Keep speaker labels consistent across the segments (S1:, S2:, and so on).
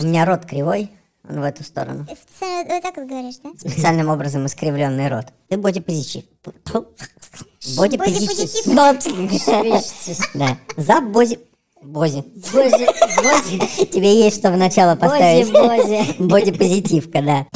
S1: У меня рот кривой, он в эту сторону.
S2: Специально вот- вот так вот говоришь, да?
S1: Специальным образом искривленный рот. Ты бодипозитив.
S2: Бодипозитив.
S1: Бодипозитив. Да. За бози... Бози. Бози. Бози. Тебе есть что в начало поставить.
S3: Бози-бози.
S1: Бодипозитивка, да.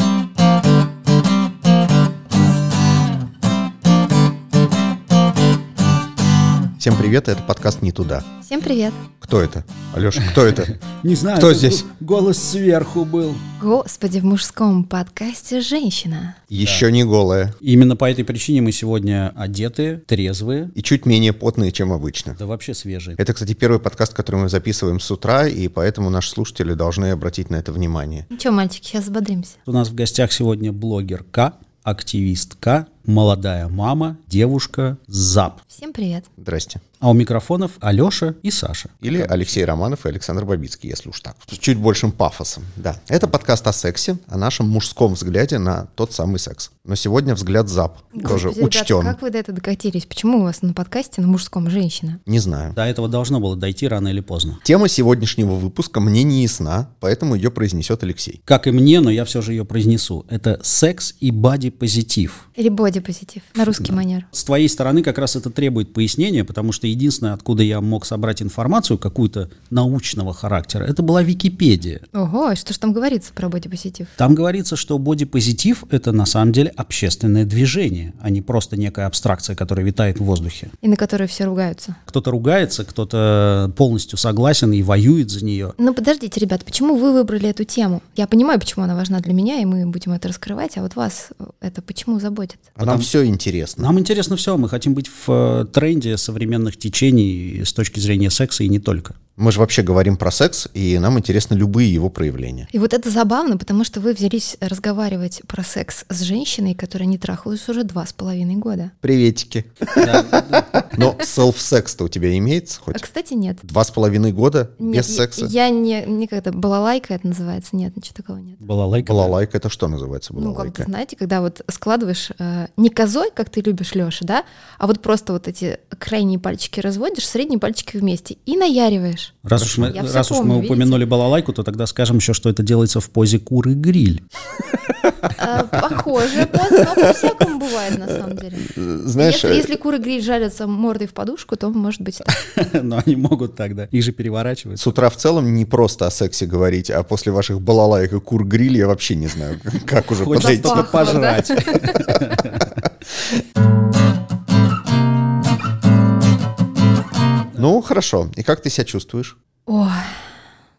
S4: Всем привет, это подкаст «Не туда».
S5: Всем привет.
S4: Кто это? Алеша, кто это?
S6: Не знаю.
S4: Кто
S6: это
S4: здесь?
S6: г- Голос сверху был.
S5: Господи, в мужском подкасте женщина.
S4: Еще не голая.
S6: Именно по этой причине мы сегодня одеты, трезвые,
S4: И чуть менее потные, чем обычно.
S6: да вообще свежие.
S4: Это, кстати, первый подкаст, который мы записываем с утра, и поэтому наши слушатели должны обратить на это внимание.
S5: Ну что, мальчики, сейчас взбодримся.
S6: У нас в гостях сегодня блогерка, активистка, молодая мама, девушка, зап.
S5: Всем привет.
S4: Здрасте.
S6: А у микрофонов Алеша и Саша.
S4: Или Алексей Романов и Александр Бабицкий, если уж так. С чуть большим пафосом, да. Это подкаст о сексе, о нашем мужском взгляде на тот самый секс. Но сегодня взгляд зап тоже
S5: Господи, ребята,
S4: учтен.
S5: как вы до этого докатились? Почему у вас на подкасте на мужском женщина?
S4: Не знаю.
S6: До этого должно было дойти рано или поздно.
S4: Тема сегодняшнего выпуска мне не ясна, поэтому ее произнесет Алексей.
S6: Как и мне, но я все же ее произнесу. Это секс и бади-позитив.
S5: Или бодипозитив? На русский манер.
S6: С твоей стороны как раз это требует пояснения, потому что единственное, откуда я мог собрать информацию какую-то научного характера, это была Википедия.
S5: Ого, а что ж там говорится про бодипозитив?
S6: Там говорится, что бодипозитив – это на самом деле общественное движение, а не просто некая абстракция, которая витает в воздухе.
S5: И на которую все ругаются.
S6: Кто-то ругается, кто-то полностью согласен и воюет за нее.
S5: Ну подождите, ребят, почему вы выбрали эту тему? Я понимаю, почему она важна для меня, и мы будем это раскрывать, а вот вас это почему заботит?
S4: А нам все интересно.
S6: Нам интересно все, мы хотим быть в э, тренде современных течений с точки зрения секса и не только.
S4: Мы же вообще говорим про секс, и нам интересны любые его проявления.
S5: И вот это забавно, потому что вы взялись разговаривать про секс с женщиной, которая не трахалась уже два с половиной года.
S4: Приветики. Но селф-секс-то у тебя имеется
S5: А,
S4: хоть?
S5: кстати, нет.
S4: Два с половиной года
S5: Нет,
S4: без секса?
S5: Я, я не, не как это, балалайка это называется, нет, ничего такого нет.
S6: Была лайка.
S4: Балалайка, это что называется
S5: Ну, как бы,
S6: Э,
S4: балалайка?
S5: знаете, когда вот складываешь э, не козой, как ты любишь, Леша, да, а вот просто вот эти крайние пальчики разводишь, средние пальчики вместе и наяриваешь.
S6: Раз уж, мы,
S5: Я всё
S6: раз уж
S5: помню,
S6: мы упомянули балалайку, то тогда скажем еще, что это делается в позе куры гриль.
S5: Э, Похоже, поздно, но по-всякому бывает на самом деле.
S4: Знаешь,
S5: Если,
S4: э,
S5: если куры гриль жарятся мордой в подушку, то может быть так.
S6: Но они могут тогда. Их же переворачивают.
S4: с утра в целом не просто о сексе говорить, а после ваших балалайк и кур-гриль я вообще не знаю, как уже
S6: Хочется
S4: подойти.
S6: только
S5: Запахло, да?
S6: пожрать.
S4: Ну, хорошо. И как ты себя чувствуешь?
S5: О,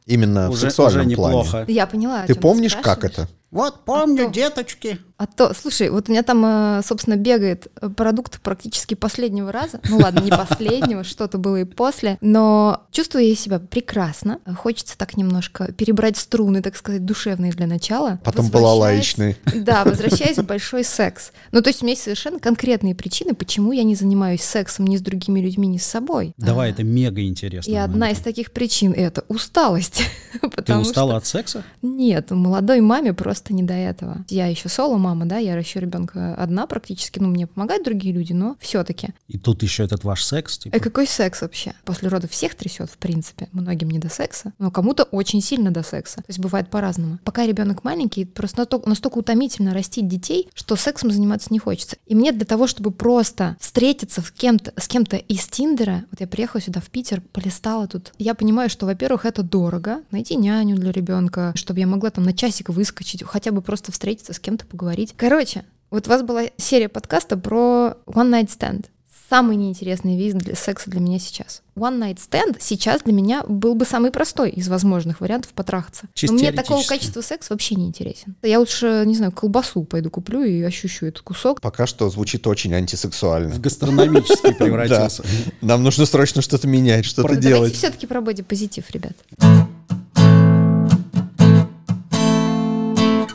S4: Именно в
S6: Уже-
S4: сексуальном
S6: уже
S4: плане.
S6: неплохо.
S5: я поняла. о
S4: Ты
S5: чём
S4: помнишь, как
S5: спрашиваешь.
S4: это?
S6: Вот помню, деточки.
S5: А то, слушай, вот у меня там, э, собственно, бегает э, продукт практически последнего раза. Ну ладно, не последнего, что-то было и после. Но чувствую я себя прекрасно. Хочется так немножко перебрать струны, так сказать, душевные для начала.
S4: Потом
S5: Возвращаюсь-
S4: балалаечные.
S5: Да, возвращаясь в большой секс. Ну то есть у меня есть совершенно конкретные причины, почему я не занимаюсь сексом ни с другими людьми, ни с собой.
S6: Давай,
S5: А,
S6: это мега интересно.
S5: И одна из таких причин — это усталость.
S6: Ты
S5: Потому
S6: устала
S5: что-
S6: от секса?
S5: нет, молодой маме просто не до этого. Я еще соло мама, да, я ращу ребенка одна практически, ну мне помогают другие люди, но все-таки.
S6: И тут еще этот ваш секс. типа.
S5: А какой секс вообще? После родов всех трясет, в принципе, многим не до секса, но кому-то очень сильно до секса. То есть бывает по-разному. Пока ребенок маленький, просто настолько, настолько утомительно растить детей, что сексом заниматься не хочется. И мне для того, чтобы просто встретиться с кем-то, с кем-то из Тиндера, вот я приехала сюда в Питер, полистала тут, я понимаю, что, во-первых, это дорого, найти няню для ребенка, чтобы я могла там на часик выскочить, хотя бы просто встретиться с кем-то, поговорить. Короче, вот у вас была серия подкаста про One Night Stand. Самый неинтересный вид для секса для меня сейчас. One Night Stand сейчас для меня был бы самый простой из возможных вариантов потрахаться.
S6: Чисто
S5: Но мне такого
S6: теоретически.
S5: качества секс вообще не интересен. Я лучше, не знаю, колбасу пойду куплю и ощущу этот кусок.
S4: Пока что звучит очень антисексуально.
S6: В гастрономический превратился.
S4: Нам нужно срочно что-то менять, что-то
S6: Про-
S4: делать.
S5: все-таки Ну, про бодипозитив, ребят.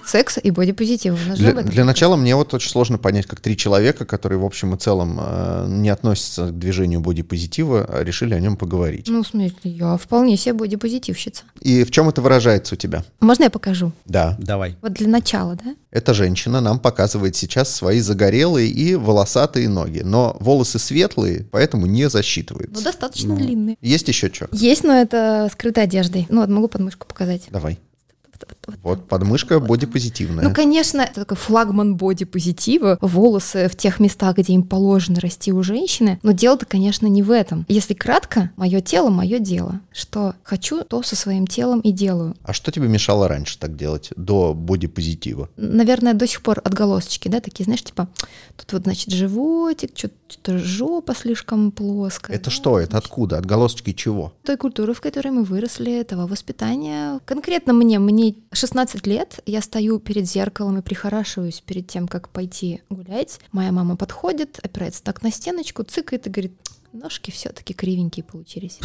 S5: Секс и бодипозитив. У нас же
S4: Для,
S5: об этом
S4: для
S5: подкаст.
S4: начала мне вот очень сложно понять, как три человека, которые в общем и целом э, не относятся к движению бодипозитива, а решили о нем поговорить.
S5: Ну, в смысле, я вполне себе бодипозитивщица.
S4: И в чем это выражается у тебя?
S5: Можно я покажу?
S4: Да.
S6: Давай.
S5: Вот для начала, да?
S4: Эта женщина нам показывает сейчас свои загорелые и волосатые ноги, но волосы светлые, поэтому не
S5: Ну,
S4: засчитывается.
S5: достаточно длинные.
S4: Есть еще что?
S5: Есть, но это скрытой одеждой. Ну, вот могу подмышку показать.
S4: Давай. Вот подмышка бодипозитивная.
S5: Ну, конечно, это такой флагман боди-позитива, волосы в тех местах, где им положено расти у женщины, но дело-то, конечно, не в этом. Если кратко, мое тело — мое дело. Что хочу, то со своим телом и делаю.
S4: А что тебе мешало раньше так делать, до бодипозитива?
S5: Наверное, до сих пор отголосочки, да, такие, знаешь, типа, тут вот, значит, животик, что-то жопа слишком плоская.
S4: Это
S5: да,
S4: что? Это
S5: значит,
S4: откуда? Отголосочки чего?
S5: той культуры, в которой мы выросли, этого воспитания. Конкретно мне, мне 16 лет, я стою перед зеркалом и прихорашиваюсь перед тем, как пойти гулять. Моя мама подходит, опирается так на стеночку, цыкает и говорит, ножки все-таки кривенькие получились.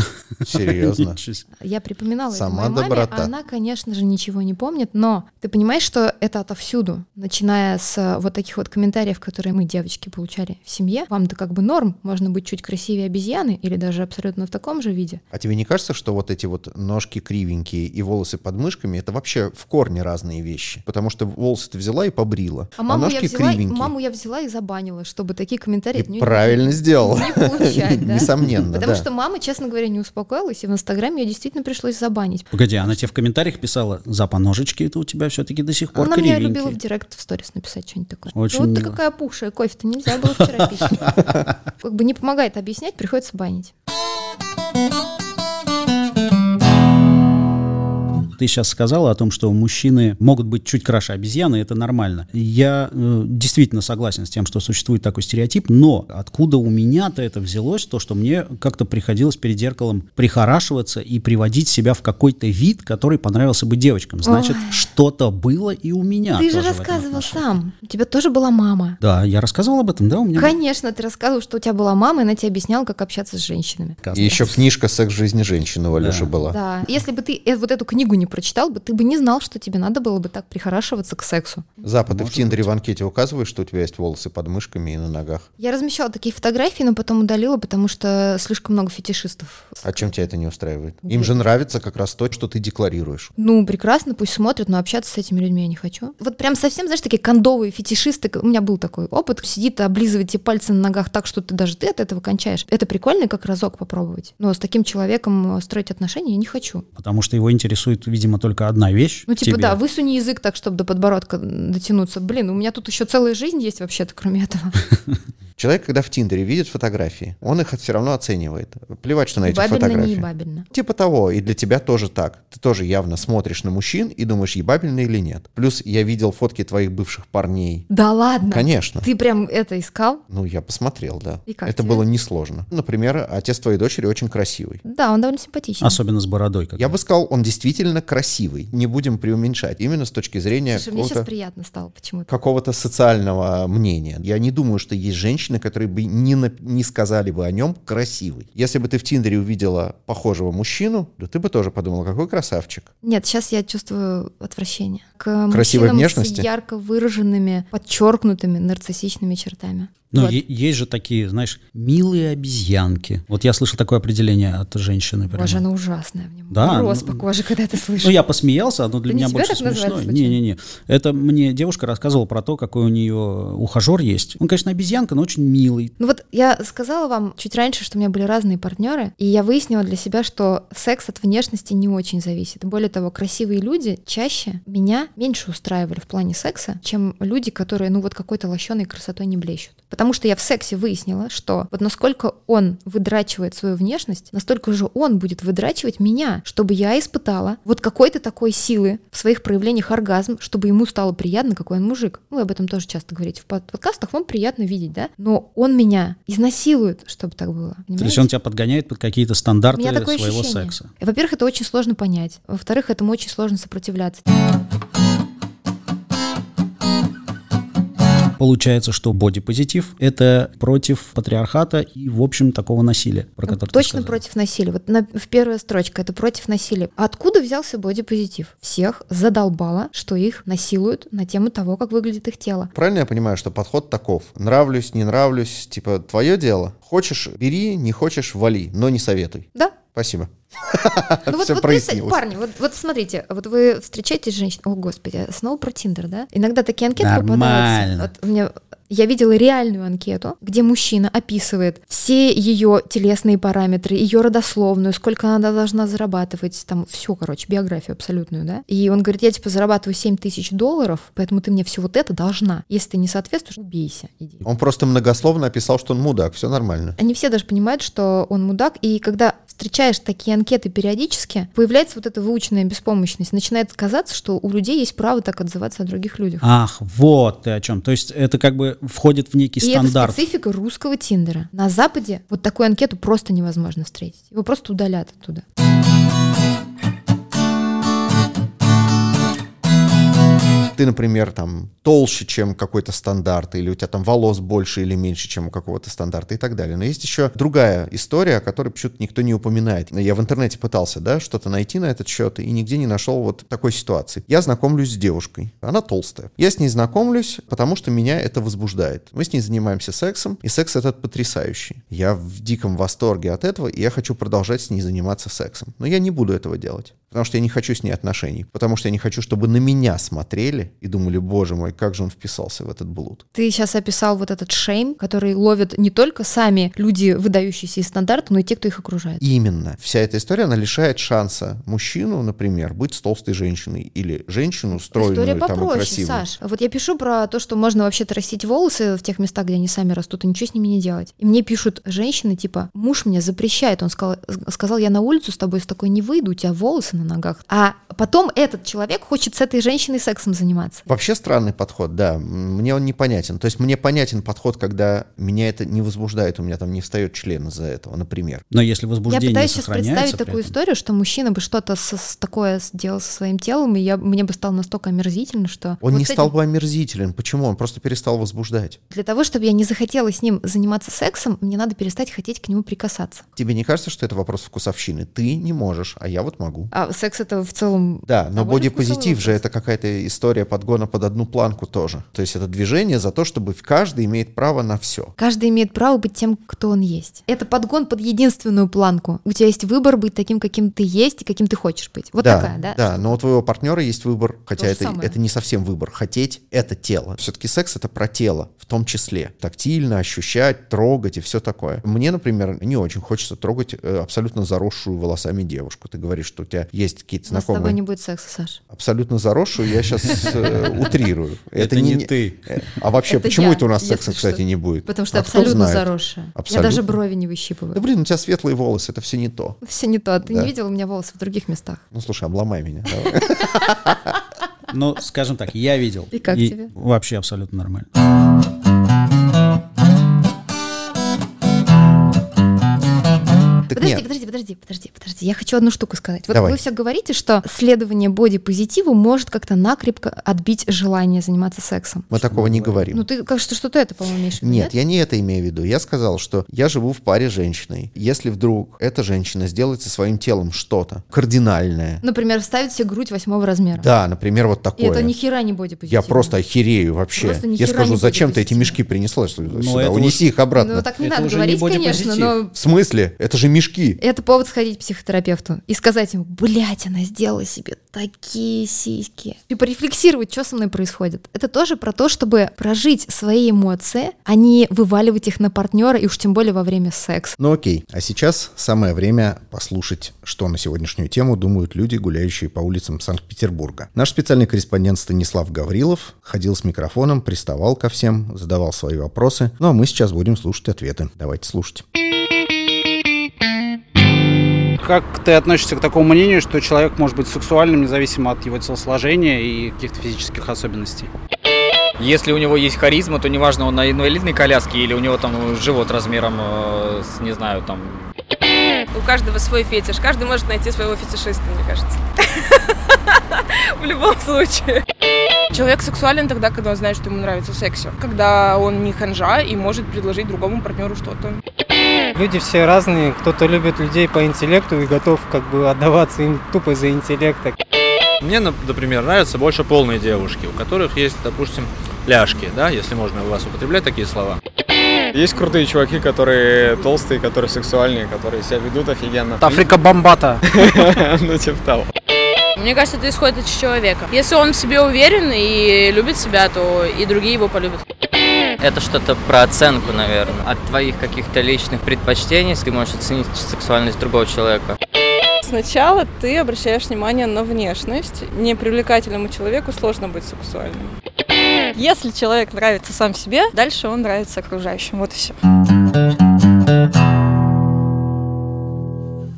S4: Серьезно?
S6: Ничего себе.
S5: Я припоминала
S4: Сама
S5: это моей маме,
S4: доброта.
S5: а она, конечно же, ничего не помнит, но ты понимаешь, что это отовсюду, начиная с э, вот таких вот комментариев, которые мы, девочки, получали в семье. Вам-то как бы норм, можно быть чуть красивее обезьяны или даже абсолютно в таком же виде.
S4: А тебе не кажется, что вот эти вот ножки кривенькие и волосы под мышками это вообще в корне разные вещи? Потому что волосы ты взяла и побрила, а,
S5: А маму,
S4: ножки
S5: я взяла,
S4: кривенькие.
S5: маму я взяла и забанила, чтобы такие комментарии
S4: И
S5: от неё
S4: правильно сделала.
S5: не получать, да?
S4: Несомненно,
S5: Потому
S4: да.
S5: что мама, честно говоря, не успокоилась, и в Инстаграме ее действительно пришлось забанить.
S6: Погоди, она тебе в комментариях писала, запа ножички это у тебя все-таки до сих пор
S5: Она меня
S6: кривенькие.
S5: любила в директ в сторис написать что-нибудь такое. Ну,
S6: Очень
S5: вот ты
S6: мило.
S5: какая пушая, кофе-то нельзя было вчера пить. Как бы не помогает объяснять, приходится банить.
S6: Ты сейчас сказала о том, что мужчины могут быть чуть краше обезьяны, и это нормально. Я э, действительно согласен с тем, что существует такой стереотип, но откуда у меня-то это взялось, то, что мне как-то приходилось перед зеркалом прихорашиваться и приводить себя в какой-то вид, который понравился бы девочкам. Значит, что-то было и у меня.
S5: Ты же
S6: А, тоже в этом
S5: рассказывал
S6: отношении.
S5: сам, у тебя тоже была мама.
S6: Да, я рассказывал об этом, да, у меня?
S5: Конечно, ты рассказывал, что у тебя была мама, и она тебе объясняла, как общаться с женщинами.
S6: подкаст.
S4: И еще книжка «Секс в жизни женщины» у Алеши была.
S5: Да. Если бы ты э, вот эту книгу не прочитал бы, ты бы не знал, что тебе надо было бы так прихорашиваться к сексу.
S4: Запад, ты в Тиндере в анкете указываешь, что у тебя есть волосы под мышками и на ногах?
S5: Я размещала такие фотографии, но потом удалила, потому что слишком много фетишистов.
S4: А чем тебя это не устраивает? Им же нравится как раз то, что ты декларируешь.
S5: Ну, прекрасно, пусть смотрят, но общаться с этими людьми я не хочу. Вот прям совсем, знаешь, такие кондовые фетишисты. У меня был такой опыт. Сидит, облизывает тебе пальцы на ногах так, что ты даже ты от этого кончаешь. Это прикольно, как разок попробовать. Но с таким человеком э, строить отношения я не хочу.
S6: Потому что его интересует, видимо, только одна вещь.
S5: Ну, типа,
S6: тебе.
S5: да, высуни язык так, чтобы до подбородка дотянуться. Блин, у меня тут еще целая жизнь есть вообще-то, кроме этого.
S4: Человек, когда в Тиндере видит фотографии, он их все равно оценивает. Плевать, что на эти
S5: Бабельно, не
S4: фотографии.
S5: бабельно.
S4: Типа того, и для тебя тоже так. Ты тоже явно смотришь на мужчин и думаешь, ебабельный или нет. Плюс я видел фотки твоих бывших парней.
S5: Да ладно?
S4: Конечно.
S5: Ты прям это искал?
S4: Ну, я посмотрел, да.
S5: И как
S4: Это
S5: тебе?
S4: было несложно. Например, отец твоей дочери очень красивый.
S5: Да, он довольно симпатичный.
S6: Особенно с бородой. Как
S4: Я бы сказал, он действительно красивый. Не будем преуменьшать. Именно с точки зрения
S5: Слушай, мне сейчас
S4: какого-то,
S5: приятно стало почему-то.
S4: какого-то социального мнения. Я не думаю, что есть женщины, которые бы не, нап- не сказали бы о нем красивый. Если бы ты в Тиндере увидела похожего мужчину, то ты бы тоже подумала, какой красавчик.
S5: Нет, сейчас я чувствую отвращение. К
S4: Красивой
S5: мужчинам
S4: внешности?
S5: с ярко выраженными, подчеркнутыми нарциссичными чертами.
S6: Ну,
S5: Вот.
S6: е- есть же такие, знаешь, милые обезьянки. Вот я слышал такое определение от женщины. прямо.
S5: Боже, она ужасная. Мне
S6: Да,
S5: мороз
S6: ну-
S5: по коже, когда это слышу.
S6: Ну, я посмеялся, оно для
S5: Да не
S6: меня
S5: тебя
S6: больше
S5: так назвали
S6: смешно.
S5: случайно?
S6: Не-не-не. Это мне девушка рассказывала про то, какой у нее ухажер есть. Он, конечно, обезьянка, но очень милый.
S5: Ну вот я сказала вам чуть раньше, что у меня были разные партнеры, и я выяснила для себя, что секс от внешности не очень зависит. Более того, красивые люди чаще меня меньше устраивали в плане секса, чем люди, которые, ну вот какой-то лощеной красотой не блещут. Потому что я в сексе выяснила, что вот насколько он выдрачивает свою внешность, настолько же он будет выдрачивать меня, чтобы я испытала вот какой-то такой силы в своих проявлениях оргазм, чтобы ему стало приятно, какой он мужик. Вы об этом тоже часто говорите в под- подкастах, вам приятно видеть, да? Но он меня изнасилует, чтобы так было.
S6: То есть он тебя подгоняет под какие-то стандарты
S5: меня такое
S6: своего
S5: ощущение.
S6: секса.
S5: Во-первых, это очень сложно понять. Во-вторых, этому очень сложно сопротивляться.
S6: Получается, что бодипозитив — это против патриархата и, в общем, такого насилия, про
S5: Ну,
S6: которое ты
S5: Точно
S6: сказала.
S5: против насилия. Вот на- в первая строчка это против насилия. Откуда взялся бодипозитив? Всех задолбало, что их насилуют на тему того, как выглядит их тело.
S4: Правильно я понимаю, что подход таков? Нравлюсь, не нравлюсь, типа, твое дело. Хочешь, бери, не хочешь, вали, но не советуй.
S5: Да?
S4: Спасибо.
S5: Ну вот,
S4: Всё
S5: вот вы, с-
S4: прояснилось.
S5: парни, вот, вот смотрите, вот вы встречаетесь с женщиной, о господи, снова про Тиндер, да? Иногда такие анкеты попадаются.
S6: Нормально.
S5: Вот у меня Я видела реальную анкету, где мужчина описывает все ее телесные параметры, ее родословную, сколько она должна зарабатывать, там все, короче, биографию абсолютную, да. И он говорит, я типа зарабатываю 7 тысяч долларов, поэтому ты мне все вот это должна. Если ты не соответствуешь, убейся, иди.
S4: Он просто многословно описал, что он мудак, все нормально.
S5: Они все даже понимают, что он мудак, и когда встречаешь такие анкеты периодически, появляется вот эта выученная беспомощность. Начинает казаться, что у людей есть право так отзываться о других людях.
S6: Ах, вот ты о чем. То есть это как бы входит в некий
S5: И это
S6: стандарт.
S5: специфика русского Тиндера. На Западе вот такую анкету просто невозможно встретить. Его просто удалят оттуда.
S4: Ты, например, там толще, чем какой-то стандарт, или у тебя там волос больше или меньше, чем у какого-то стандарта и так далее. Но есть еще другая история, о которой почему-то никто не упоминает. Я в интернете пытался, да, что-то найти на этот счет, и нигде не нашел вот такой ситуации. Я знакомлюсь с девушкой, она толстая. Я с ней знакомлюсь, потому что меня это возбуждает. Мы с ней занимаемся сексом, и секс этот потрясающий. Я в диком восторге от этого, и я хочу продолжать с ней заниматься сексом. Но я не буду этого делать. Потому что я не хочу с ней отношений. Потому что я не хочу, чтобы на меня смотрели и думали, боже мой, как же он вписался в этот блуд.
S5: Ты сейчас описал вот этот шейм, который ловят не только сами люди, выдающиеся из стандарта, но и те, кто их окружает.
S4: Именно. Вся эта история, она лишает шанса мужчину, например, быть с толстой женщиной или женщину стройную
S5: История
S4: там, и
S5: попроще,
S4: красивую.
S5: Саш. Вот я пишу про то, что можно вообще растить волосы в тех местах, где они сами растут, и ничего с ними не делать. И мне пишут женщины, типа, муж мне запрещает, он сказал, сказал, я на улицу с тобой с такой не выйду, у тебя волосы на ногах. А потом этот человек хочет с этой женщиной сексом заниматься.
S4: Вообще странный подход, да. Мне он непонятен. То есть мне понятен подход, когда меня это не возбуждает, у меня там не встает член из-за этого, например.
S6: Но если
S5: Я
S6: возбуждение
S5: пытаюсь сейчас
S6: сохраняется...
S5: представить
S6: при
S5: такую
S6: этом-
S5: историю, что мужчина бы что-то с- с такое сделал со своим телом, и я, мне бы стало настолько омерзительно, что...
S4: Он
S5: вот
S4: не
S5: с этим-
S4: стал бы омерзителен. Почему? Он просто перестал возбуждать.
S5: Для того, чтобы я не захотела с ним заниматься сексом, мне надо перестать хотеть к нему прикасаться.
S4: Тебе не кажется, что это вопрос вкусовщины? Ты не можешь, а я вот могу.
S5: А секс это в целом
S4: Да, но
S5: Довольно вкусовой
S4: бодипозитив же
S5: вопрос.
S4: это какая-то история подгона под одну планку тоже. То есть это движение за то, чтобы каждый имеет право на все.
S5: Каждый имеет право быть тем, кто он есть. Это подгон под единственную планку. У тебя есть выбор быть таким, каким ты есть и каким ты хочешь быть. Вот
S4: да,
S5: такая, да?
S4: Да, но у твоего партнера есть выбор, хотя
S5: же
S4: это,
S5: самое.
S4: это не совсем выбор. Хотеть — это тело. Все-таки секс — это про тело в том числе. Тактильно, ощущать, трогать и все такое. Мне, например, не очень хочется трогать э, абсолютно заросшую волосами девушку. Ты говоришь, что у тебя есть какие-то
S5: У нас с тобой
S4: знакомые.
S5: не будет секса, Саша.
S4: Абсолютно заросшую я сейчас утрирую.
S6: Это не ты.
S4: Э, А вообще,
S5: Это
S4: почему
S5: я,
S4: это у нас
S5: если
S4: секса,
S5: что.
S4: кстати, не будет?
S5: Потому что
S4: А кто
S5: абсолютно
S4: знает?
S5: заросшая.
S4: Абсолютно.
S5: Я даже брови не
S4: Да
S5: выщипываю.
S4: блин, у тебя светлые волосы, это все не то.
S5: Все не то. Ты
S4: Да.
S5: не видел у меня волосы в других местах.
S4: Ну слушай, обломай меня. давай.
S6: Ну, скажем так, я видел.
S5: И как тебе?
S6: Вообще абсолютно нормально.
S4: Так
S5: подожди,
S4: нет,
S5: подожди, подожди, подожди, подожди. Я хочу одну штуку сказать. Вот
S4: Давай.
S5: вы все говорите, что следование боди-позитиву может как-то накрепко отбить желание заниматься сексом.
S4: мы такого не говорим.
S5: Ну, ты как что, что ты это, по-моему, имеешь в виду?
S4: Нет, я не это имею в виду. Я сказал, что я живу в паре с женщиной. Если вдруг эта женщина сделает со своим телом что-то кардинальное,
S5: Например, вставить себе грудь восьмого размера.
S4: да, например, вот
S5: И это
S4: такое,
S5: ни хера не бодипозитив.
S4: я просто охерею вообще.
S5: Просто ни
S4: Я
S5: хера
S4: скажу,
S5: не
S4: зачем ты эти
S5: бодипозитив.
S4: мешки принесла сюда?
S6: это
S4: Унеси их
S5: Ну,
S4: обратно.
S5: так не
S6: Это
S5: надо
S6: уже не
S5: говорить, конечно, но...
S6: бодипозитив.
S4: В смысле? Это же мешки.
S5: Это повод сходить к психотерапевту и сказать ему, блядь, она сделала себе такие сиськи. И порефлексировать, что со мной происходит. Это тоже про то, чтобы прожить свои эмоции, а не вываливать их на партнера и уж тем более во время секса.
S4: Ну окей, а сейчас самое время послушать, что на сегодняшнюю тему думают люди, гуляющие по улицам Санкт-Петербурга. Наш специальный корреспондент Станислав Гаврилов ходил с микрофоном, приставал ко всем, задавал свои вопросы. Ну а мы сейчас будем слушать ответы. Давайте слушать.
S3: Как ты относишься к такому мнению, что человек может быть сексуальным, независимо от его телосложения и каких-то физических особенностей?
S7: Если у него есть харизма, то неважно, он на инвалидной коляске или у него там живот размером э, с, не знаю, там...
S8: У каждого свой фетиш. Каждый может найти своего фетишиста, мне кажется. В любом случае. Человек сексуален тогда, когда он знает, что ему нравится секс. Когда он не ханжа и может предложить другому партнеру что-то.
S9: Люди все разные, кто-то любит людей по интеллекту и готов как бы отдаваться им тупо за интеллект.
S10: Мне, нап- например, нравятся больше полные девушки, у которых есть, допустим, ляжки, да, если можно у вас употреблять такие слова.
S11: Есть крутые чуваки, которые толстые, которые сексуальные, которые себя ведут офигенно.
S3: Африка бомбата.
S11: Ну, типа того.
S8: Мне кажется, это исходит от человека. Если он в себе уверен и любит себя, то и другие его полюбят.
S12: Это что-то про оценку, наверное. От твоих каких-то личных предпочтений ты можешь оценить сексуальность другого человека.
S13: Сначала ты обращаешь внимание на внешность. Непривлекательному человеку сложно быть сексуальным. Если человек нравится сам себе, дальше он нравится окружающим. Вот и все.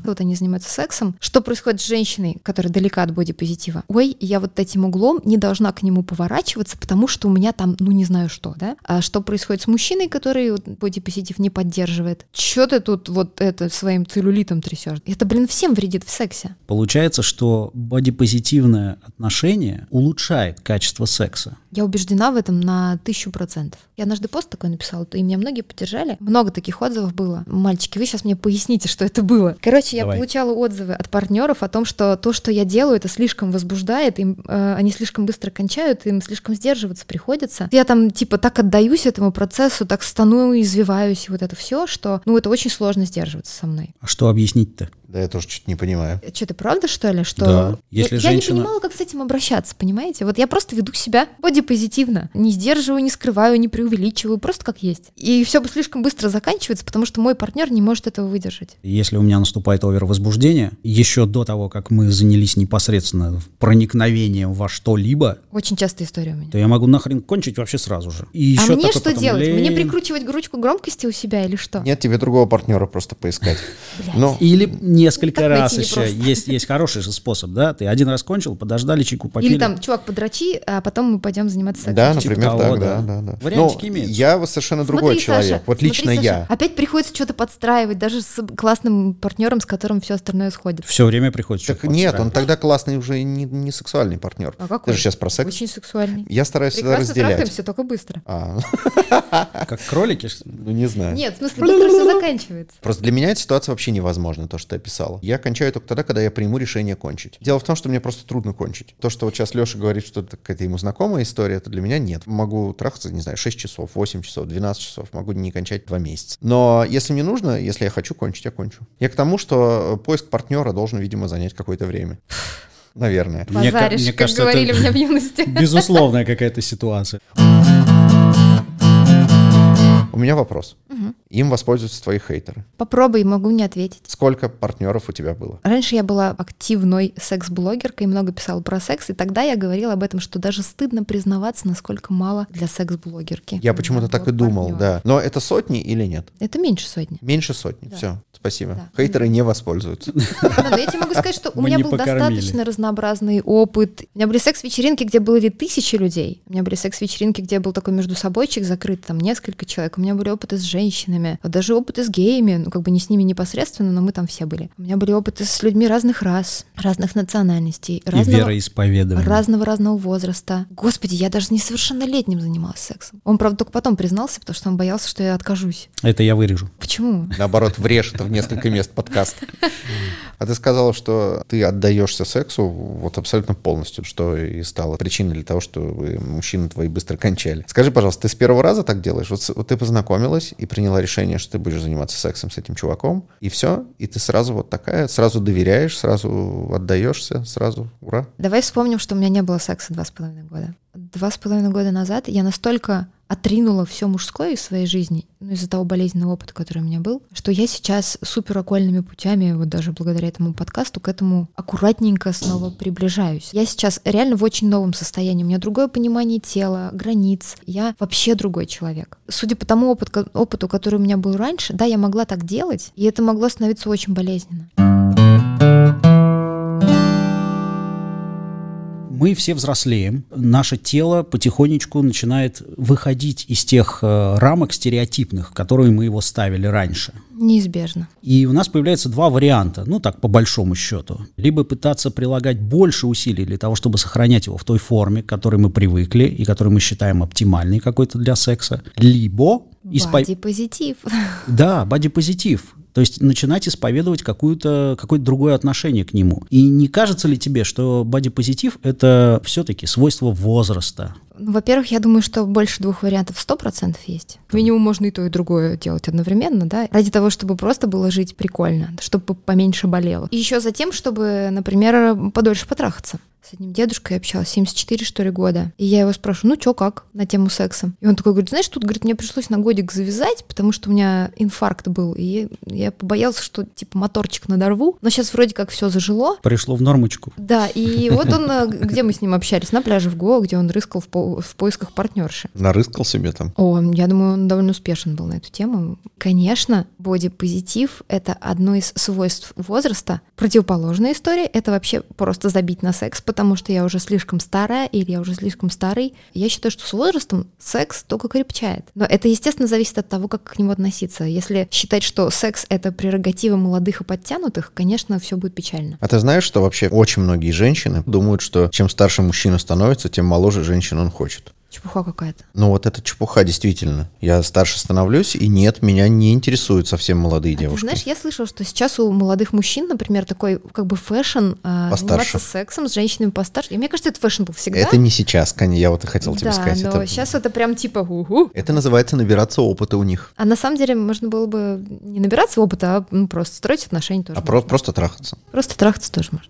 S5: вот они занимаются сексом, что происходит с женщиной, которая далека от бодипозитива? Ой, я вот этим углом не должна к нему поворачиваться, потому что у меня там, ну не знаю что, да? А что происходит с мужчиной, который вот, бодипозитив не поддерживает? Чё ты тут вот это своим целлюлитом трясешь? Это, блин, всем вредит в сексе.
S6: Получается, что бодипозитивное отношение улучшает качество секса.
S5: Я убеждена в этом на тысячу процентов. Я однажды пост такой написала, и меня многие поддержали. Много таких отзывов было. Мальчики, вы сейчас мне поясните, что это было. Короче, я
S14: Давай.
S5: получала отзывы от партнеров о том, что то, что я делаю, это слишком возбуждает, им э, они слишком быстро кончают, им слишком сдерживаться приходится. Я там типа так отдаюсь этому процессу, так стану и извиваюсь, и вот это все, что, ну, это очень сложно сдерживаться со мной.
S6: А что объяснить-то?
S4: Да я тоже что-то не понимаю.
S5: Что, ты правда, что ли? Что...
S6: Да.
S5: Я-
S6: Если
S5: я,
S6: женщина-
S5: не понимала, как с этим обращаться, понимаете? Вот я просто веду себя бодипозитивно. Не сдерживаю, не скрываю, не преувеличиваю, просто как есть. И все слишком быстро заканчивается, потому что мой партнер не может этого выдержать.
S6: Если у меня наступает овервозбуждение, еще до того, как мы занялись непосредственно проникновением во что-либо,
S5: Очень частая история у меня.
S6: то я могу нахрен кончить вообще сразу же. И
S5: а
S6: еще
S5: мне
S6: такой
S5: что
S6: потом,
S5: делать? Мне
S6: блин.
S5: прикручивать ручку громкости у себя или что?
S4: Нет, тебе другого партнера просто поискать. Ну, Но
S6: Или несколько
S5: Как
S6: раз
S5: найти
S6: еще.
S5: непросто.
S6: Есть, есть хороший же способ, да? Ты один раз кончил, подождали, чайку попили.
S5: Или там, чувак, подрачи, а потом мы пойдем заниматься сексом.
S4: Да,
S6: Типа
S4: например,
S6: того,
S4: так, да,
S6: да.
S4: да, да.
S6: Вариантики
S4: Но
S6: имеются.
S4: я вот совершенно другой
S5: Смотри, Саша,
S4: человек. Вот
S5: смотри,
S4: лично
S5: Саша, А
S4: я.
S5: Опять приходится что-то подстраивать, даже с классным партнером, с которым все остальное сходит.
S6: Все время приходится.
S4: Так нет, он тогда классный уже не, не сексуальный партнер.
S5: А какой?
S4: Ты же сейчас про секс.
S5: Очень сексуальный.
S4: Я стараюсь всегда
S5: Прекрасно
S4: разделять.
S5: трахаемся, только быстро.
S4: А.
S6: Как кролики?
S4: Ну не знаю.
S5: Нет, в смысле, быстро все заканчивается.
S4: Просто для меня эта ситуация вообще невозможна, то, что ты описала. Я кончаю только тогда, когда я приму решение кончить. Дело в том, что мне просто трудно кончить. То, что вот сейчас Леша говорит, что это какая-то ему знакомая история, это для меня нет. Могу трахаться, не знаю, 6 часов, 8 часов, 12 часов, могу не кончать 2 месяца. Но если мне нужно, если я хочу кончить, я кончу. Я к тому, что э, поиск партнера должен, видимо, занять какое-то время. Наверное.
S6: Мне ка-
S5: Базаришь,
S6: мне
S5: как
S6: кажется,
S5: говорили
S6: это
S5: мне в юности.
S6: Безусловная какая-то ситуация.
S4: У меня вопрос.
S5: Мгм.
S4: Им воспользуются твои хейтеры.
S5: Попробуй, могу не ответить.
S4: Сколько партнеров у тебя было?
S5: Раньше я была активной секс-блогеркой, много писала про секс, и тогда я говорила об этом, что даже стыдно признаваться, насколько мало для секс-блогерки.
S4: Я почему-то так и думал, да. Но это сотни или нет?
S5: Это меньше сотни.
S4: Меньше сотни.
S5: Да.
S4: Все, спасибо.
S5: Да.
S4: Хейтеры не воспользуются.
S5: Ну, но я тебе могу сказать, что у
S4: Мы
S5: меня
S4: не
S5: был
S4: покормили.
S5: достаточно разнообразный опыт. У меня были секс-вечеринки, где были тысячи людей. У меня были секс-вечеринки, где был такой между собойчик закрыт, там несколько человек. У меня были опыты с женщинами, вот даже опыты с геями, ну как бы не с ними непосредственно, но мы там все были. У меня были опыты с людьми разных рас, разных национальностей,
S6: И
S5: разного...
S6: вероисповедование.
S5: Разного-разного возраста. Господи, я даже несовершеннолетним занималась сексом. Он, правда, только потом признался, потому что он боялся, что я откажусь.
S6: Это я вырежу.
S5: Почему?
S4: Наоборот, врежь это в несколько мест подкаст. А ты сказала, что ты отдаешься сексу вот абсолютно полностью, что и стало причиной для того, что вы, мужчины твои быстро кончали. Скажи, пожалуйста, ты с первого раза так делаешь? Вот, с- вот ты познакомилась и приняла решение, что ты будешь заниматься сексом с этим чуваком, и все, и ты сразу вот такая, сразу доверяешь, сразу отдаешься, сразу ура.
S5: Давай вспомним, что у меня не было секса два с половиной года. Два с половиной года назад я настолько отринула все мужское из своей жизни, ну, из-за того болезненного опыта, который у меня был, что я сейчас супер окольными путями, вот даже благодаря этому подкасту, к этому аккуратненько снова приближаюсь. Я сейчас реально в очень новом состоянии. У меня другое понимание тела, границ. Я вообще другой человек. Судя по тому опыт- ко- опыту, который у меня был раньше, да, я могла так делать, и это могло становиться очень болезненно.
S6: Мы все взрослеем, наше тело потихонечку начинает выходить из тех э, рамок стереотипных, в которые мы его ставили раньше.
S5: Неизбежно.
S6: И у нас появляется два варианта, ну так по большому счету. Либо пытаться прилагать больше усилий для того, чтобы сохранять его в той форме, к которой мы привыкли и которую мы считаем оптимальной какой-то для секса. Либо... испо-
S5: позитив.
S6: Да, бодипозитив. То есть начинать исповедовать какую-то, какое-то другое отношение к нему. И не кажется ли тебе, что бодипозитив – это все-таки свойство возраста?
S5: Ну, Во-первых, я думаю, что больше двух вариантов 100% есть. Минимум можно и то, и другое делать одновременно, да, ради того, чтобы просто было жить прикольно, чтобы поменьше болело. И еще за тем, чтобы, например, подольше потрахаться. С одним дедушкой я общалась, 74, что ли, года. И я его спрашиваю, ну чё, как на тему секса? И он такой говорит, знаешь, тут, говорит, мне пришлось на годик завязать, потому что у меня инфаркт был, и я побоялся, что, типа, моторчик надорву. Но сейчас вроде как все зажило,
S6: Пришло в нормочку.
S5: да, и вот он, э, где мы с ним общались? На пляже в Гоа, где он рыскал в, по- в поисках партнерши.
S4: Нарыскал себе там.
S5: О, я думаю, он довольно успешен был на эту тему. Конечно, бодипозитив — это одно из свойств возраста. Противоположная история — это вообще просто забить на секс, потому что я уже слишком старая или я уже слишком старый. Я считаю, что с возрастом секс только крепчает. Но это, естественно, зависит от того, как к нему относиться. Если считать, что секс — это прерогатива молодых и подтянутых, конечно, все будет печально.
S4: А ты знаешь, что вообще очень многие женщины думают, что чем старше мужчина становится, тем моложе женщин он хочет.
S5: Чепуха какая-то.
S4: Ну вот это чепуха, действительно. Я старше становлюсь, и нет, меня не интересуют совсем молодые
S5: А Ты
S4: девушки.
S5: знаешь, я слышала, что сейчас у молодых мужчин, например, такой как бы фэшн а,
S4: Постарше.
S5: заниматься сексом с женщинами постарше. И мне кажется, это фэшн был всегда.
S4: Это не сейчас, Каня, я вот и хотел тебе
S5: да,
S4: сказать.
S5: но
S4: это...
S5: сейчас это прям типа «Уху».
S4: это называется набираться опыта у них.
S5: А на самом деле можно было бы не набираться опыта, а ну, просто строить отношения тоже.
S4: А про- просто трахаться.
S5: Просто трахаться тоже можно.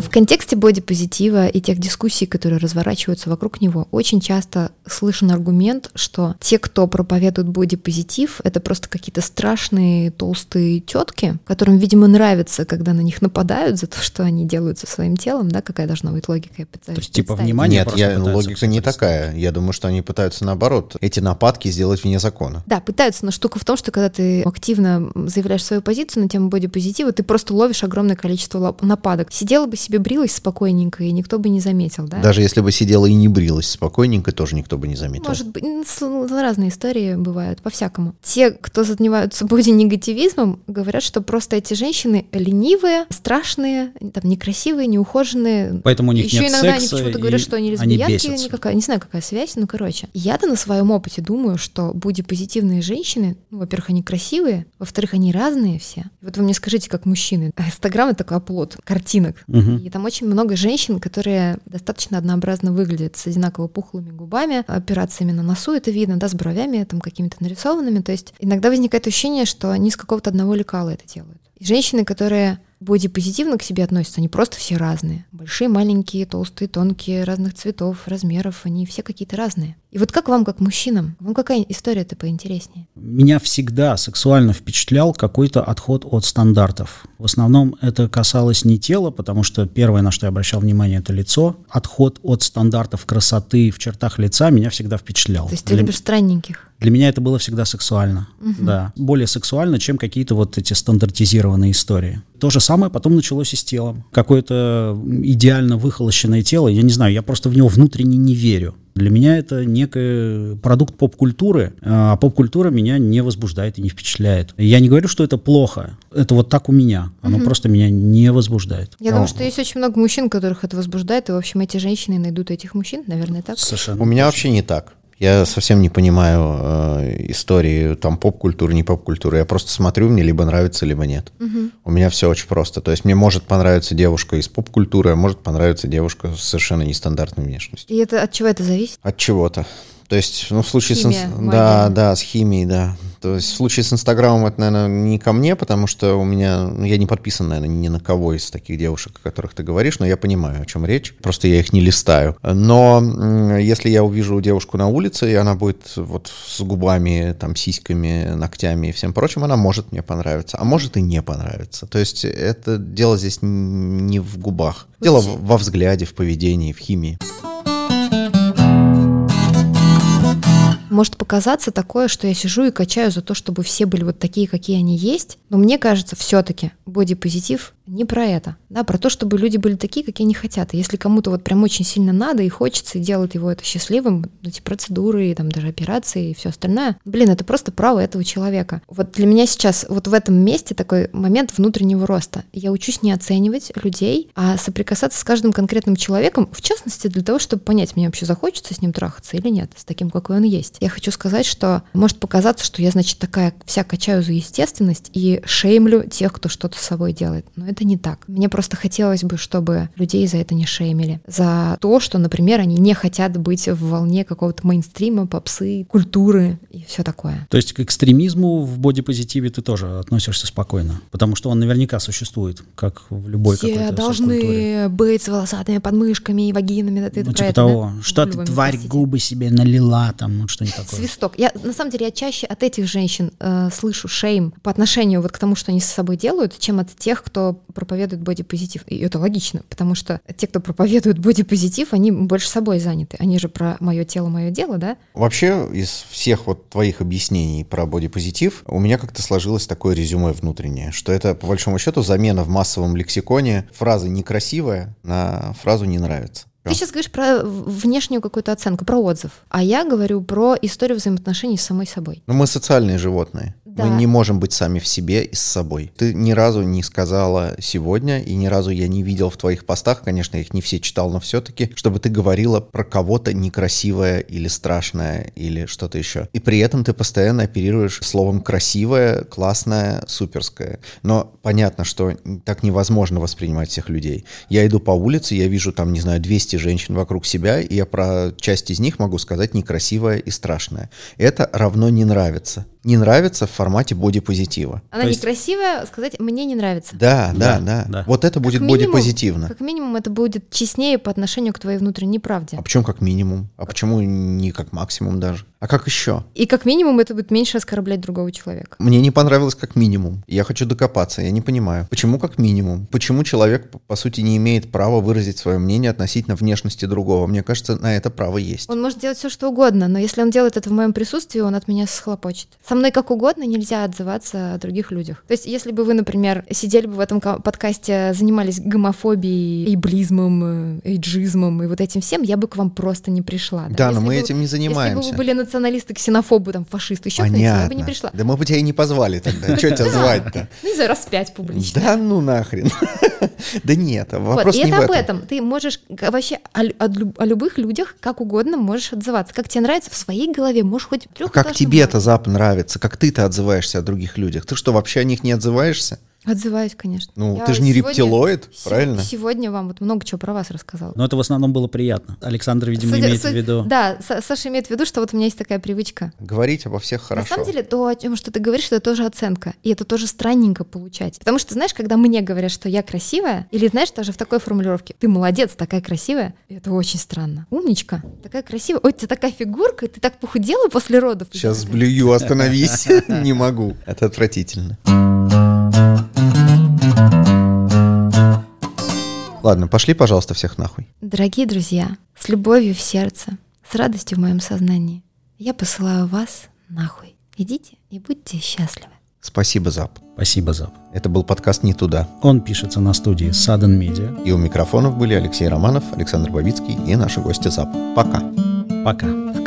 S5: В контексте бодипозитива и тех дискуссий, которые разворачиваются вокруг него, очень часто слышен аргумент, что те, кто проповедует бодипозитив, это просто какие-то страшные толстые тетки, которым, видимо, нравится, когда на них нападают за то, что они делают со своим телом, да, какая должна быть логика, я пытаюсь
S6: То есть, типа,
S5: представить.
S6: внимание
S4: Нет,
S6: просто
S4: я, ну,
S6: пытаются
S4: логика не такая. Я думаю, что они пытаются, наоборот, эти нападки сделать вне закона.
S5: Да, пытаются, но штука в том, что когда ты активно заявляешь свою позицию на тему бодипозитива, ты просто ловишь огромное количество лап- нападок. Сидела бы себе брилась спокойненько, и никто бы не заметил, да?
S4: Даже если бы сидела и не брилась спокойненько, тоже никто бы не заметил.
S5: Ну, Может быть, н- с- ну, разные истории бывают, по-всякому. Те, кто занимаются боди-негативизмом, говорят, что просто эти женщины ленивые, страшные, там, некрасивые, неухоженные.
S6: Поэтому у них
S5: Еще
S6: нет
S5: иногда
S6: секса,
S5: они почему-то
S6: и
S5: говорят, что они
S6: они
S5: лесбиянки,
S6: бесятся.
S5: никакая, не знаю, какая связь, ну, короче. Я-то на своем опыте думаю, что боди-позитивные женщины, ну, во-первых, они красивые, во-вторых, они разные все. Вот вы мне скажите, как мужчины. а Инстаграм — это такой оплот картинок.
S6: Мгм.
S5: И там очень много женщин, которые достаточно однообразно выглядят с одинаково пухлыми губами, операциями на носу, это видно, да, с бровями там какими-то нарисованными. То есть иногда возникает ощущение, что они из какого-то одного лекала это делают. И женщины, которые бодипозитивно к себе относятся, они просто все разные. Большие, маленькие, толстые, тонкие, разных цветов, размеров, они все какие-то разные. И вот как вам, как мужчинам, вам какая история-то поинтереснее?
S6: Меня всегда сексуально впечатлял какой-то отход от стандартов. В основном это касалось не тела, потому что первое, на что я обращал внимание, это лицо. Отход от стандартов красоты в чертах лица меня всегда впечатлял.
S5: То есть ты
S6: Для-
S5: любишь странненьких?
S6: Для меня это было всегда сексуально.
S5: Мгм.
S6: Да. Более сексуально, чем какие-то вот эти стандартизированные истории. То же самое потом началось и с телом. Какое-то идеально выхолощенное тело, я не знаю, я просто в него внутренне не верю. Для меня это некий продукт поп-культуры, а поп-культура меня не возбуждает и не впечатляет. Я не говорю, что это плохо. Это вот так у меня. Оно
S5: Мгм.
S6: просто меня не возбуждает.
S5: Я думаю, что есть очень много мужчин, которых это возбуждает, и, в общем, эти женщины найдут этих мужчин, наверное, так.
S6: Совершенно.
S4: У меня вообще не так. Я совсем не понимаю э, истории там поп-культуры, не поп-культуры. Я просто смотрю, мне либо нравится, либо нет.
S5: Мгм.
S4: У меня все очень просто. То есть мне может понравиться девушка из поп-культуры, а может понравиться девушка с совершенно нестандартной внешностью.
S5: И это от чего это зависит?
S4: От чего-то. То есть, ну, в случае с...
S5: Химия,
S4: инс- Да,
S5: магия.
S4: да, с химией, да. То есть, в случае с Инстаграмом это, наверное, не ко мне, потому что у меня... ну, Я не подписан, наверное, ни на кого из таких девушек, о которых ты говоришь, но я понимаю, о чем речь. Просто я их не листаю. Но м, если я увижу девушку на улице, и она будет вот с губами, там, сиськами, ногтями и всем прочим, она может мне понравиться, а может и не понравиться. То есть, это дело здесь н- не в губах. Дело в- во взгляде, в поведении, в химии.
S5: Может показаться такое, что я сижу и качаю за то, чтобы все были вот такие, какие они есть, но мне кажется, все-таки бодипозитив не про это, да, про то, чтобы люди были такие, какие они хотят. И если кому-то вот прям очень сильно надо и хочется, и делает его это счастливым, эти процедуры, и там даже операции и все остальное, блин, это просто право этого человека. Вот для меня сейчас вот в этом месте такой момент внутреннего роста. Я учусь не оценивать людей, а соприкасаться с каждым конкретным человеком, в частности, для того, чтобы понять, мне вообще захочется с ним трахаться или нет, с таким, какой он есть. Я хочу сказать, что может показаться, что я, значит, такая вся качаю за естественность и шеймлю тех, кто что-то с собой делает. Но это это не так. Мне просто хотелось бы, чтобы людей за это не шеймили. За то, что, например, они не хотят быть в волне какого-то мейнстрима, попсы, культуры и все такое.
S6: То есть к экстремизму в бодипозитиве ты тоже относишься спокойно, потому что он наверняка существует, как в любой
S5: Все
S6: какой-то
S5: должны быть с волосатыми подмышками и вагинами. Да, ты
S6: Ну,
S5: про
S6: типа
S5: это,
S6: того,
S5: да?
S6: что ты,
S5: Любыми,
S6: тварь,
S5: простите.
S6: губы себе налила, там, ну, что-нибудь такое.
S5: Свисток. Я на самом деле я чаще от этих женщин э, слышу шейм по отношению вот к тому, что они с собой делают, чем от тех, кто проповедует бодипозитив. И это логично, потому что те, кто проповедует бодипозитив, они больше собой заняты. Они же про мое тело, мое дело, да?
S4: Вообще, из всех вот твоих объяснений про бодипозитив, у меня как-то сложилось такое резюме внутреннее, что это, по большому счету, замена в массовом лексиконе фразы «некрасивая» на фразу «не нравится».
S5: Ты сейчас говоришь про в- внешнюю какую-то оценку, про отзыв, а я говорю про историю взаимоотношений с самой собой.
S4: Но Ну, мы социальные животные.
S5: Да.
S4: Мы не можем быть сами в себе и с собой. Ты ни разу не сказала сегодня, и ни разу я не видел в твоих постах, конечно, я их не все читал, но все-таки, чтобы ты говорила про кого-то некрасивое или страшное, или что-то еще. И при этом ты постоянно оперируешь словом красивое, классное, суперское. Но понятно, что так невозможно воспринимать всех людей. Я иду по улице, я вижу там, не знаю, 200 женщин вокруг себя, и я про часть из них могу сказать некрасивое и страшное. Это равно не нравится. Не нравится в формате бодипозитива.
S5: Она некрасивая, сказать мне не нравится.
S4: Да, да, да, Вот это будет
S5: минимум,
S4: бодипозитивно.
S5: Как минимум, это будет честнее по отношению к твоей внутренней правде.
S4: А почему как минимум? А почему не как максимум даже? А как еще?
S5: И как минимум это будет меньше оскорблять другого человека.
S4: Мне не понравилось как минимум. Я хочу докопаться, я не понимаю. Почему как минимум? Почему человек, по- по сути, не имеет права выразить свое мнение относительно внешности другого? Мне кажется, на это право есть.
S5: Он может делать все, что угодно, но если он делает это в моем присутствии, он от меня схлопочет. Со мной как угодно нельзя отзываться о других людях. То есть, если бы вы, например, сидели бы в этом ка- подкасте, занимались гомофобией, эйблизмом, э, эйджизмом и вот этим всем, я бы к вам просто не пришла.
S4: Да, но
S5: Если
S4: мы
S5: бы-
S4: этим не
S5: Если
S4: занимаемся.
S5: бы вы были националисты, ксенофобы, там, фашисты, еще кто-нибудь, я бы не
S4: Понятно.
S5: пришла.
S4: Да мы бы тебя и не позвали тогда. Че тебя
S5: Да.
S4: звать-то?
S5: Ну, не знаю, раз пять публично.
S4: Да ну нахрен. Да нет, вопрос
S5: вот, и
S4: не
S5: это
S4: в
S5: об
S4: этом.
S5: этом. Ты можешь г- вообще о, лю- о лю- о любых людях как угодно можешь отзываться. Как тебе нравится, в своей голове можешь хоть
S4: А
S5: трех
S4: как тебе-то зап нравится? Как ты-то отзываешься о других людях? Ты что, вообще о них не отзываешься?
S5: Отзываюсь, конечно.
S4: Ну,
S5: Я
S4: ты же не
S5: сегодня-
S4: рептилоид,
S5: се-
S4: правильно?
S5: Сегодня вам вот много чего про вас рассказала.
S6: Но это в основном было приятно. Александр, Ну, видимо,
S5: Судя-
S6: имеет в
S5: судя-
S6: виду...
S5: Да, Са- Саша имеет в виду, что вот у меня есть такая привычка.
S4: Говорить обо всех
S5: На
S4: хорошо.
S5: самом деле, то, о чем что ты говоришь, это тоже оценка. И это тоже странненько получать. Потому что, знаешь, когда мне говорят, что я красивая, или, знаешь, даже в такой формулировке, ты молодец, такая красивая, это очень странно. Умничка, такая красивая. Ой, у тебя такая фигурка, ты так похудела после родов.
S4: Сейчас блюю, остановись. Не могу. Это отвратительно. Ладно, пошли, пожалуйста, всех нахуй.
S5: Дорогие друзья, с любовью в сердце, с радостью в моем сознании, я посылаю вас нахуй. Идите и будьте счастливы.
S4: Спасибо, Зап.
S6: Спасибо, Зап.
S4: Это был подкаст «Не туда».
S6: Он пишется на студии Sudden Media.
S4: И у микрофонов были Алексей Романов, Александр Бабицкий и наши гости Зап. Пока.
S6: Пока.